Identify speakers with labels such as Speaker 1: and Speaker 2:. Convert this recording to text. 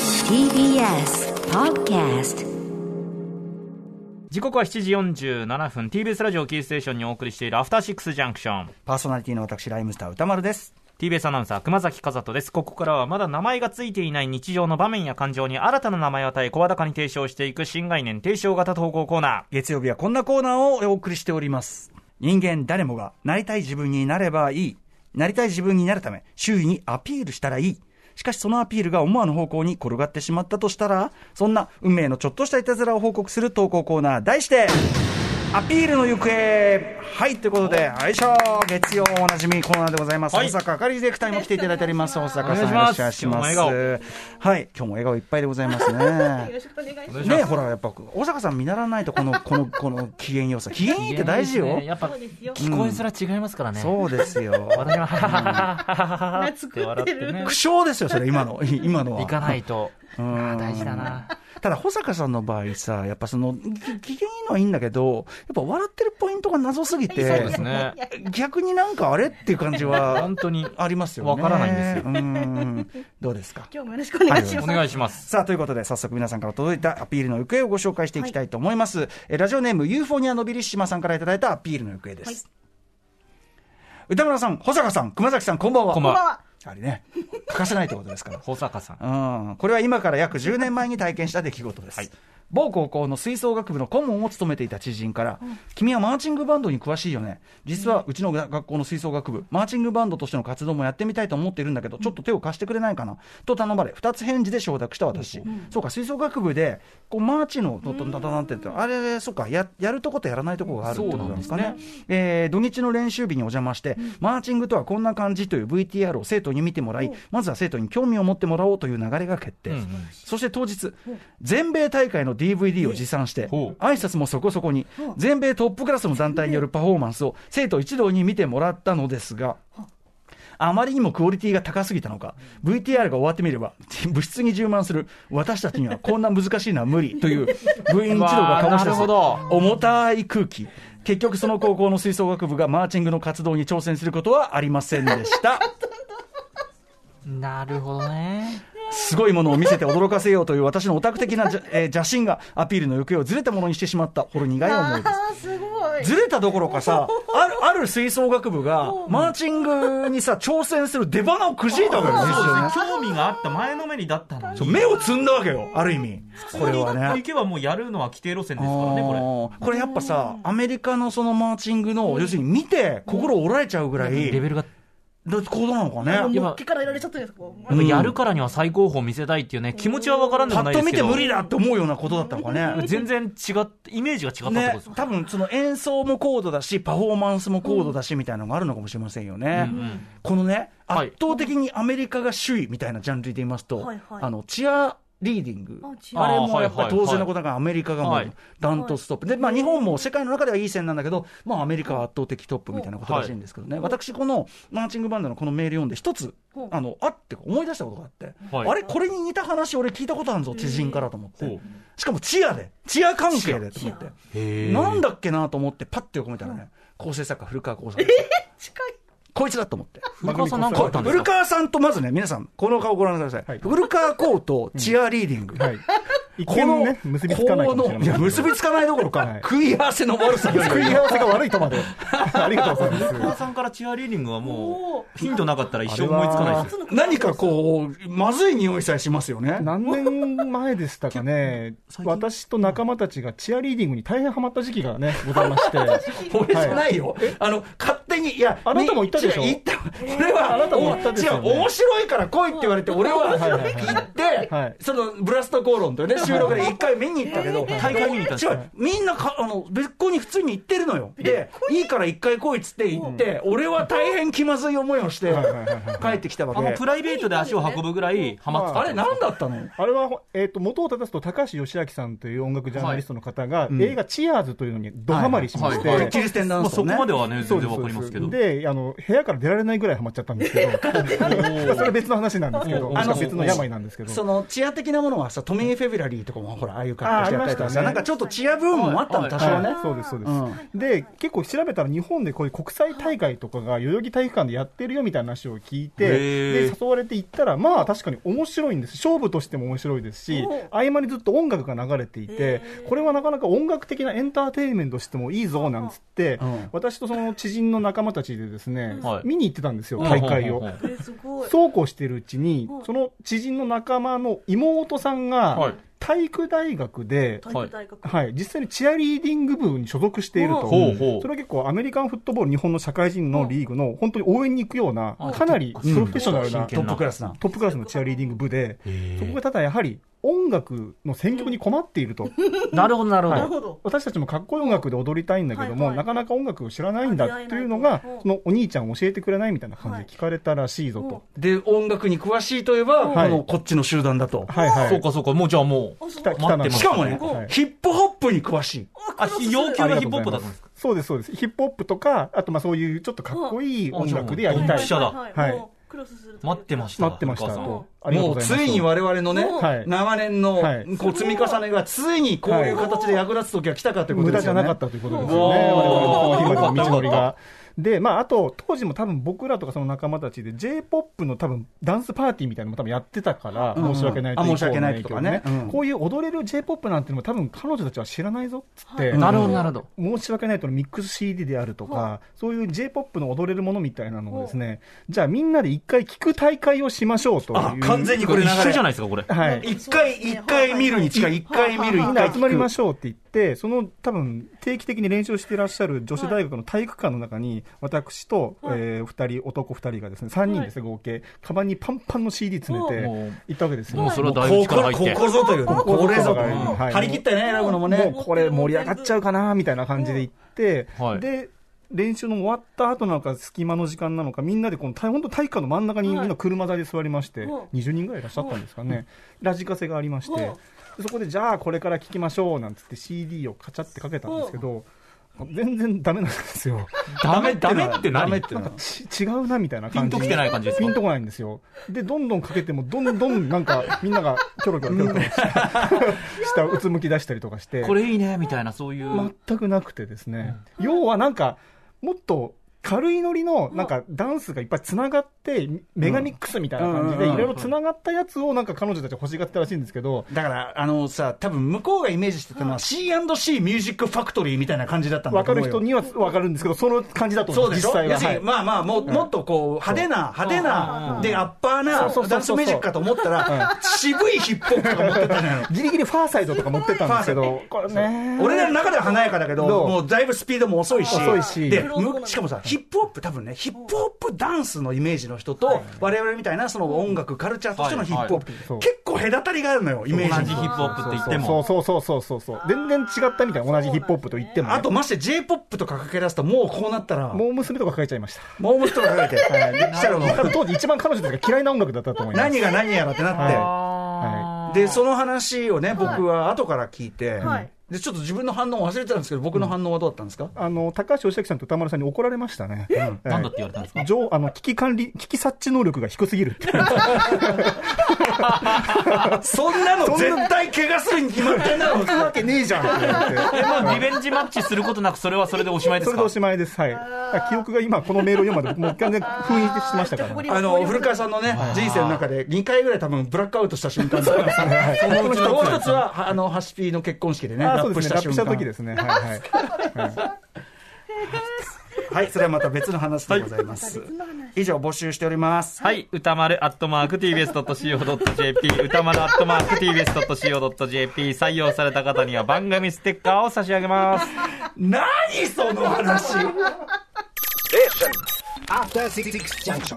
Speaker 1: TBS Podcast
Speaker 2: 時刻は7時47分 TBS ラジオキーステーションにお送りしているアフターシックスジャンクション
Speaker 3: パーソナリティの私、ライムスター歌丸です。
Speaker 2: TBS アナウンサー熊崎和人ですここからはまだ名前がついていない日常の場面や感情に新たな名前を与え声高に提唱していく新概念提唱型投稿コーナ
Speaker 3: 月曜日はこんなコーナーをお送りしております。人間誰もがなりたい自分になればいい。なりたい自分になるため、周囲にアピールしたらいい。しかしそのアピールが思わぬ方向に転がってしまったとしたら、そんな運命のちょっとしたいたずらを報告する投稿コーナー、題して、アピールの行方はい、ということで、よいしょ月曜おなじみコーナーでございます。
Speaker 2: はい
Speaker 3: 大阪あかりディレクターにも来ていただいております。大阪さん、よろしくお願いし
Speaker 2: お願
Speaker 3: ま。
Speaker 2: いしますす今日も
Speaker 3: はい、今日も笑顔いっぱいでございます ね。
Speaker 4: よろしくお願いします。
Speaker 2: ー
Speaker 3: ねほらやっぱ大坂さん見習わないとこ のこのこの機嫌良さ機嫌いいって大事よ
Speaker 2: やっぱ
Speaker 4: そうですよ。
Speaker 2: 聞こえすら違いますからね、
Speaker 3: そうですよ
Speaker 2: 私はハハハハハハって笑ってね
Speaker 3: 苦笑ですよそれ今 の今のは
Speaker 2: 行かないと
Speaker 3: うん
Speaker 2: 大事だな
Speaker 3: ただ保坂さんの場合さやっぱそのき機嫌いいのはいいんだけどやっぱ笑ってるポイントが謎すぎ
Speaker 4: いやいや
Speaker 3: て
Speaker 2: そうですね
Speaker 4: いやいや
Speaker 3: 逆になんかあれっていう感じは
Speaker 2: 本当に
Speaker 3: ありますよね
Speaker 2: わからないんですよ
Speaker 3: うんどうですか
Speaker 4: 今日もよろしくお願いしま
Speaker 2: お
Speaker 4: す。
Speaker 2: 願いします
Speaker 3: さあ、ということで、早速皆さんから届いたアピールの行方をご紹介していきたいと思います。えラジオネーム、ユーフォニアのビリッシマさんからいただいたアピールの行方です。
Speaker 4: はい
Speaker 3: 歌村さん、保坂さん、熊崎さん、こんばんは。
Speaker 2: こんばんは
Speaker 4: こんばんは
Speaker 3: あれね、欠かせないってことですから。
Speaker 2: 保坂さん
Speaker 3: うん、これは今から約10年前に体験した出来事です、某高校の吹奏楽部の顧問を務めていた知人から、君はマーチングバンドに詳しいよね実はうちの学校の吹奏楽部マーチングバンドとしての活動もやってみたいと思っているんだけどちょっと手を貸してくれないかな、と頼まれ2つ返事で承諾した私、そうか吹奏楽部でこうマーチのドドドドドンってやってあれそうかややるとことやらないとこがあるってことなんですかねえー土日の練習日にお邪魔して、マーチングとはこんな感じという VTR を生徒に見てもらい、まずは生徒に興味を持ってもらおうという流れが決定、
Speaker 2: うんうん
Speaker 3: そして当日、全米大会の DVD を持参して、
Speaker 2: ほう
Speaker 3: 挨拶もそこそこに、全米トップクラスの団体によるパフォーマンスを生徒一同に見てもらったのですが。あまりにもクオリティが高すぎたのか、VTR が終わってみれば、 部室に充満する私たちにはこんな難しいのは無理という部員一同が醸し
Speaker 2: うわーなる
Speaker 3: 出す
Speaker 2: ほど
Speaker 3: 重たい空気。結局その高校の吹奏楽部がマーチングの活動に挑戦することはありませんでした。
Speaker 2: なるほどね
Speaker 3: すごいものを見せて驚かせようという私のオタク的なじゃ、 えー邪心がアピールの行方をずれたものにしてしまったほろ苦い思いです。
Speaker 4: あーすごい。
Speaker 3: ずれたどころかさ、ある、ある吹奏楽部が、マーチングにさ、挑戦する出花をくじいたわけよ、実際ね
Speaker 2: 興味があった前のめりだったの
Speaker 3: そう目をつんだわけよ、ある意味。これはね。
Speaker 2: 行けばもうやるのは規定路線ですからねこれ
Speaker 3: これこれやっぱさ、アメリカのそのマーチングの、要するに見て、心折られちゃうぐらい、
Speaker 2: レベルが
Speaker 3: だ行動なのかね。
Speaker 2: 今
Speaker 4: もっけからやられちゃったんですか。こう
Speaker 2: やっぱやるからには最高峰見せたいっていうね、気持ちは分からんで
Speaker 3: パ
Speaker 2: もな
Speaker 3: ッ
Speaker 2: いです
Speaker 3: と見
Speaker 2: け
Speaker 3: て
Speaker 2: ど。
Speaker 3: 無理だって思うようなことだったの かね。
Speaker 2: 全然違って、イメージが違ったってこと
Speaker 3: ね
Speaker 2: ですよ、
Speaker 3: 多分その演奏も高度だし、パフォーマンスも高度だしみたいなのがあるのかもしれませんよね。
Speaker 2: うんうん
Speaker 3: このね、
Speaker 2: はい
Speaker 3: 圧倒的にアメリカが首位みたいなジャンルで言いますと、
Speaker 4: はいはい
Speaker 3: あのチアリーディング、
Speaker 4: あチ
Speaker 2: ア
Speaker 3: あれもやっぱり当然のことだから、アメリカがも
Speaker 2: は
Speaker 3: う
Speaker 2: い
Speaker 3: ダントツトップ、でまあ、日本も世界の中ではいい線なんだけど、まあ、アメリカは圧倒的トップみたいなことらしいんですけどね、私、このマーチングバンドのこのメール読んで、一つ
Speaker 4: ほう、
Speaker 3: あのあって思い出したことがあって、
Speaker 2: はい
Speaker 3: あれ、これに似た話、俺、聞いたことあるぞ、知人からと思っ
Speaker 2: ほう
Speaker 3: て、しかもチアで、チア関係でと思って。なん
Speaker 2: だ
Speaker 3: だっけなと思って、パッて横見たらね、構成作家、古川光さん。
Speaker 4: 近い。
Speaker 3: こいつだと思って。
Speaker 2: 古川さんなんかあったんです
Speaker 3: 古
Speaker 2: か
Speaker 3: 川さんとまずね、皆さん、この顔ご覧ください。古川光とチアリーディング。
Speaker 5: 一
Speaker 3: この、
Speaker 5: 見ね、結びつかないかも
Speaker 3: こ
Speaker 5: しれな
Speaker 3: の
Speaker 5: い。
Speaker 3: いや、結びつかないどころか、食い合わせの悪さですよ
Speaker 5: 食い合わせが悪いとまで。ありがとうございます
Speaker 2: 古。川さんからチアリーディングはも
Speaker 4: お
Speaker 2: う、ヒントなかったら一生思いつかないですよ。
Speaker 3: 何かこう、まずい匂いさえしますよね。
Speaker 5: 何年前でしたかね、私と仲間たちがチアリーディングに大変ハマった時期がね、ございまして、
Speaker 3: 俺じゃないよ。あの、勝手に、いや、
Speaker 5: あなたも言ったでしょ
Speaker 3: 違う言った。それは、
Speaker 5: あなたも言ったでしょ
Speaker 3: お違う、面白いから来いって言われて、俺は
Speaker 5: はいはいはい
Speaker 3: 行って、
Speaker 5: はい
Speaker 3: その、ブラストコーロンというね、収録で一回見に行ったけど、
Speaker 2: 大会見に行ったんです
Speaker 3: 違
Speaker 2: か
Speaker 3: う、みんなか、あの、別校に普通に行ってるのよ。で、いいから一回来いっつって行って、俺は大変気まずい思いをして
Speaker 5: はいはいはい、
Speaker 3: 帰ってきたわ
Speaker 2: あの、プ
Speaker 3: け。
Speaker 2: ライベートで足を運ぶぐらいハマってた。
Speaker 3: あれ、何だったの
Speaker 5: あれは、えっと元を正すと、高橋義明さんという音楽ジャーナリストの方が、映画、チアーズというのにドハマりしまし
Speaker 2: はいは
Speaker 3: 俺
Speaker 2: い
Speaker 5: て。
Speaker 3: キリステンダ
Speaker 2: ま
Speaker 3: ン
Speaker 2: あ
Speaker 3: スと
Speaker 2: そこ
Speaker 3: ね。
Speaker 2: まではね、全
Speaker 5: そうで
Speaker 2: 然
Speaker 5: す
Speaker 2: わかりますけど。
Speaker 5: であの部屋から出られないぐらいハマっちゃったんですけど まあそれ別の話なんですけど
Speaker 2: おー
Speaker 5: あの別の病なんですけど
Speaker 3: その、チア的なものはさ、トミー・フェビラリーとかもほら、ああいう格好してやったりとか
Speaker 5: あ
Speaker 3: さ、
Speaker 5: ありましたね
Speaker 3: なんかちょっとチアブームもあったの、多
Speaker 5: は
Speaker 3: 少
Speaker 5: い
Speaker 3: ね。
Speaker 5: そうです、そうです、
Speaker 3: う
Speaker 5: で、結構調べたら、日本でこういう国際大会とかが代々木体育館でやってるよみたいな話を聞いて、
Speaker 2: へ
Speaker 5: で
Speaker 2: ー
Speaker 5: 誘われて行ったら、まあ確かに面白いんです、勝負としても面白いですし、合間にずっと音楽が流れていて、これはなかなか音楽的なエンターテインメントとしてもいいぞなんつって、
Speaker 3: うん
Speaker 5: 私とその知人の仲間たちでですね、
Speaker 2: はい
Speaker 5: 見に行ってたんですよ、
Speaker 2: うん
Speaker 5: 大会を
Speaker 2: うんうん。
Speaker 4: えーすごい。
Speaker 5: そうこうしてるうちに
Speaker 4: う、ん
Speaker 5: その知人の仲間の妹さ
Speaker 2: は
Speaker 5: ん
Speaker 2: い
Speaker 5: が、体育大学で、
Speaker 4: 体育大学。
Speaker 5: はい、実際にチアリーディング部に所属していると、
Speaker 2: ほうほう
Speaker 5: それは結構、アメリカンフットボール、日本の社会人のリーグの本当に応援に行くような、
Speaker 2: あ
Speaker 5: かなりプ
Speaker 3: うん
Speaker 5: ロフェッショナル
Speaker 2: 真
Speaker 5: な
Speaker 2: 剣
Speaker 3: トップクラスな。
Speaker 5: トップクラスのチアリーディング部で、そこ
Speaker 2: へ
Speaker 5: がただやはり音楽の選曲に困ってい ると、
Speaker 2: ーなるほど、なるほ
Speaker 5: は
Speaker 4: ないる
Speaker 2: ど。
Speaker 4: ほど。
Speaker 5: 私たちもかっこいい音楽で踊りたいんだけど
Speaker 4: は
Speaker 5: も、
Speaker 4: いはい
Speaker 5: なかなか音楽を知らないんだというの
Speaker 4: 出
Speaker 5: が
Speaker 4: 会えない、と
Speaker 5: そのお兄ちゃん教えてくれないみたいな感じ
Speaker 4: はい
Speaker 5: で聞かれたらしいぞと。
Speaker 3: で、音楽に詳しいといえば、こ
Speaker 5: はい
Speaker 3: のこっちの集団だと。
Speaker 5: はいはい、
Speaker 2: そうか、そうか、もうじゃあもう。
Speaker 4: あ、そう
Speaker 5: 北北
Speaker 2: 待って
Speaker 5: な
Speaker 2: ま
Speaker 3: し
Speaker 2: す
Speaker 3: かもね
Speaker 5: は、い
Speaker 3: ヒップホップに詳しい。
Speaker 2: あ、要求がヒップホップだったんですか
Speaker 5: そうです、そうです。ヒップホップとか、あとまあそういうちょっとかっこいい音楽でやり
Speaker 2: ド
Speaker 5: た
Speaker 2: ン
Speaker 5: い
Speaker 2: ピ。シャだ
Speaker 4: はい
Speaker 5: はい
Speaker 4: もうクロスするというか
Speaker 2: 待ってました。
Speaker 5: 待ってまし
Speaker 2: お
Speaker 5: た
Speaker 2: 母さん
Speaker 5: と。ありがと
Speaker 3: も
Speaker 5: うご
Speaker 3: う
Speaker 5: ざい
Speaker 3: つ
Speaker 5: ます
Speaker 3: いに我々のね、
Speaker 5: はい
Speaker 3: 長年の
Speaker 5: はい
Speaker 3: こう積み重ねがついにこういう形で役立つ時が来たかというこ
Speaker 5: 無
Speaker 3: とで
Speaker 5: 駄
Speaker 3: す
Speaker 5: じ
Speaker 3: よ
Speaker 5: ゃ
Speaker 3: ね。
Speaker 5: なかったということです
Speaker 3: う
Speaker 5: よ
Speaker 3: わ
Speaker 5: ね、
Speaker 3: ー
Speaker 5: 我々のコーヒーまでの道のりが。で、まあ、あと、当時も多分僕らとかその仲間たちで、J-POP の多分ダンスパーティーみたいなのも多分やってたから、
Speaker 3: うん
Speaker 5: 申し訳ない
Speaker 3: あ
Speaker 5: と
Speaker 3: 申し訳ないとかね
Speaker 5: 以降の影響で
Speaker 3: うん
Speaker 5: こういう踊れる J-POP なんてのも多分彼女たちは知らないぞっつっ
Speaker 4: は
Speaker 5: て、
Speaker 4: い
Speaker 3: なるほど
Speaker 2: なるほど。
Speaker 5: 申し訳ないとのミックス CD であると
Speaker 4: は
Speaker 5: か、そういう J-POP の踊れるものみたいなのをですね、じゃあみんなで一回聞く大会をしましょうという。
Speaker 3: あ完全にこ
Speaker 2: こ
Speaker 3: れ
Speaker 2: れ
Speaker 3: 流
Speaker 2: 一緒
Speaker 3: れ
Speaker 2: じゃ。ないですか、これ。
Speaker 5: はい。
Speaker 3: 一回、一回見るに近い、一回見る、
Speaker 5: み
Speaker 3: 一
Speaker 5: んな
Speaker 3: 回
Speaker 5: 集まりま
Speaker 3: し
Speaker 5: しょうって言って、その多分定期的に練習していらっしゃる女子大学の体育館の中に、私と、
Speaker 4: はい
Speaker 5: えー、2人、男2人がですね、3人ですね、合計、カバンにパンパンの CD 詰めて
Speaker 2: もう
Speaker 5: 行ったわけですよ。
Speaker 2: もうそれは
Speaker 3: こ
Speaker 2: 大学
Speaker 3: こ
Speaker 2: から入っ
Speaker 3: こ
Speaker 2: て。
Speaker 3: こぞというね、
Speaker 4: あ
Speaker 3: これぞと
Speaker 5: ここ
Speaker 3: い
Speaker 5: ぞ
Speaker 3: う、
Speaker 5: はい
Speaker 3: 張り切ったね、選ぶのも
Speaker 5: もう
Speaker 3: ね、
Speaker 5: これ盛り上がっちゃうかなみたいな感じで行って、
Speaker 2: はい
Speaker 5: で練習の終わった後なのか隙間の時間なのかみんなでこの体本当体育館の真ん中にみん
Speaker 4: はい
Speaker 5: な車座で座りまして、
Speaker 4: うん
Speaker 5: 20人ぐらいいらっしゃったんですかね、ラジカセがありまして、
Speaker 4: うん
Speaker 5: でそこでじゃあこれから聴きましょうなんつって CD をカチャってかけたんですけど、全然ダメなんで すよ
Speaker 2: ダメ、ダメって
Speaker 3: ダメ
Speaker 2: 何
Speaker 3: ってのは
Speaker 5: ち違うなみたいな
Speaker 2: ピ
Speaker 5: 感
Speaker 2: ン
Speaker 5: じ
Speaker 2: ときてない感じです
Speaker 5: ピン
Speaker 2: か
Speaker 5: とこないんですよ。で、どんどんかけても、どんどんなんか、みんながキョロキョロキョロキョロして下をうつむき出 したりとかして。
Speaker 2: これいいね、みたいな、そういう。
Speaker 5: 全くなくてですね、要はなんか、もっと軽いノリのなんかダンスがいっぱいつながって、メガミックスみたいな感じで、
Speaker 3: う
Speaker 5: い
Speaker 3: ん
Speaker 5: ろいろつながったやつをなんか彼女たちは欲しがってたらしいんですけど、
Speaker 3: だから、あのさ、多分向こうがイメージしてたのは C&C ミュージックファクトリーみたいな感じだったんだと
Speaker 5: 分か
Speaker 3: 思
Speaker 5: る
Speaker 3: うよ。
Speaker 5: 人には分かるんですけど、その感じだと思
Speaker 3: そう
Speaker 5: う、
Speaker 3: で
Speaker 5: 実
Speaker 3: しょ
Speaker 5: 際
Speaker 3: 要
Speaker 5: は。
Speaker 3: するに、
Speaker 5: はい
Speaker 3: まあまあ、もうもっとこう、派手な、派手
Speaker 2: う
Speaker 3: な、
Speaker 2: ん
Speaker 3: で、アッパーな
Speaker 5: そうそうそうそう
Speaker 3: ダンスミュージックかと思ったら、渋いヒップホップとか持ってたの よ。
Speaker 5: ギリギリファーサイドとか持ってったんですけど、これね。
Speaker 3: 俺らの中では華やかだけど、
Speaker 5: どう
Speaker 3: もうだいぶスピードも遅いし、
Speaker 5: 遅いし
Speaker 3: でむしかもさ、ヒップホップ、多分ね、ヒップホップダンスのイメージの人と、我々みたいなその音楽、カルチャーとしてのヒップホップ、
Speaker 5: はい
Speaker 3: 結構隔たりがあるのよ、イ
Speaker 2: 同
Speaker 3: メ
Speaker 2: じヒ
Speaker 3: ージに。
Speaker 2: ップホップって言って
Speaker 5: そ
Speaker 2: も
Speaker 5: う。そうそうそうそうそう。全然違ったみたいな、同じヒップホップと言ってもね、
Speaker 3: あと、まして J-POP とかかけ出すと、もうこうなったら、
Speaker 5: もう娘とかかえちゃいました。
Speaker 3: モームスとかかけて、したらも
Speaker 5: 多分
Speaker 3: う、
Speaker 5: 当時一番彼女たちが嫌いな音楽だったと思います。
Speaker 3: 何が何やらってなって。
Speaker 2: あー
Speaker 3: で、その話をね、僕は後から聞いて、
Speaker 4: はい
Speaker 3: で、ちょっと自分の反応を忘れてたんですけど、僕の反応はどうだったんですか、
Speaker 5: あの高橋義明さんと歌丸さんに怒られましたね。え
Speaker 2: なんだって言われたんですか
Speaker 5: 情あの危機管理、危機察知能力が低すぎるって
Speaker 3: そんなの絶対怪我するに決まってんだろ、
Speaker 5: わけねえじゃんって言って
Speaker 2: えまあ、リベンジマッチすることなく、それはそれでおしまいで す
Speaker 5: それで
Speaker 2: か
Speaker 5: おしまいです、はい、だから記憶が今、このメールを読むまで、もう完全に封印してましたから、
Speaker 4: あ ー
Speaker 3: あの古川さんのね、人生の中で2回ぐらい多分ブラックアウトした瞬間だったんですよねそのうちのもう一つは、はあの、ハシピーの結婚式でね、
Speaker 5: あー
Speaker 3: ラ
Speaker 5: そう
Speaker 3: ッ
Speaker 5: で
Speaker 3: プし
Speaker 5: す
Speaker 3: た
Speaker 5: ね、ラップ
Speaker 3: 瞬
Speaker 5: した
Speaker 3: 間。
Speaker 5: 時ですね、はいはい、
Speaker 3: はい、それはまた別の話でございます。以上、募集しております。
Speaker 2: はい、歌丸アットマーク tbs.co.jp、歌丸アットマーク tbs.co.jp、採用された方には番組ステッカーを差し上げます。
Speaker 3: 何その話
Speaker 6: After Six Junction.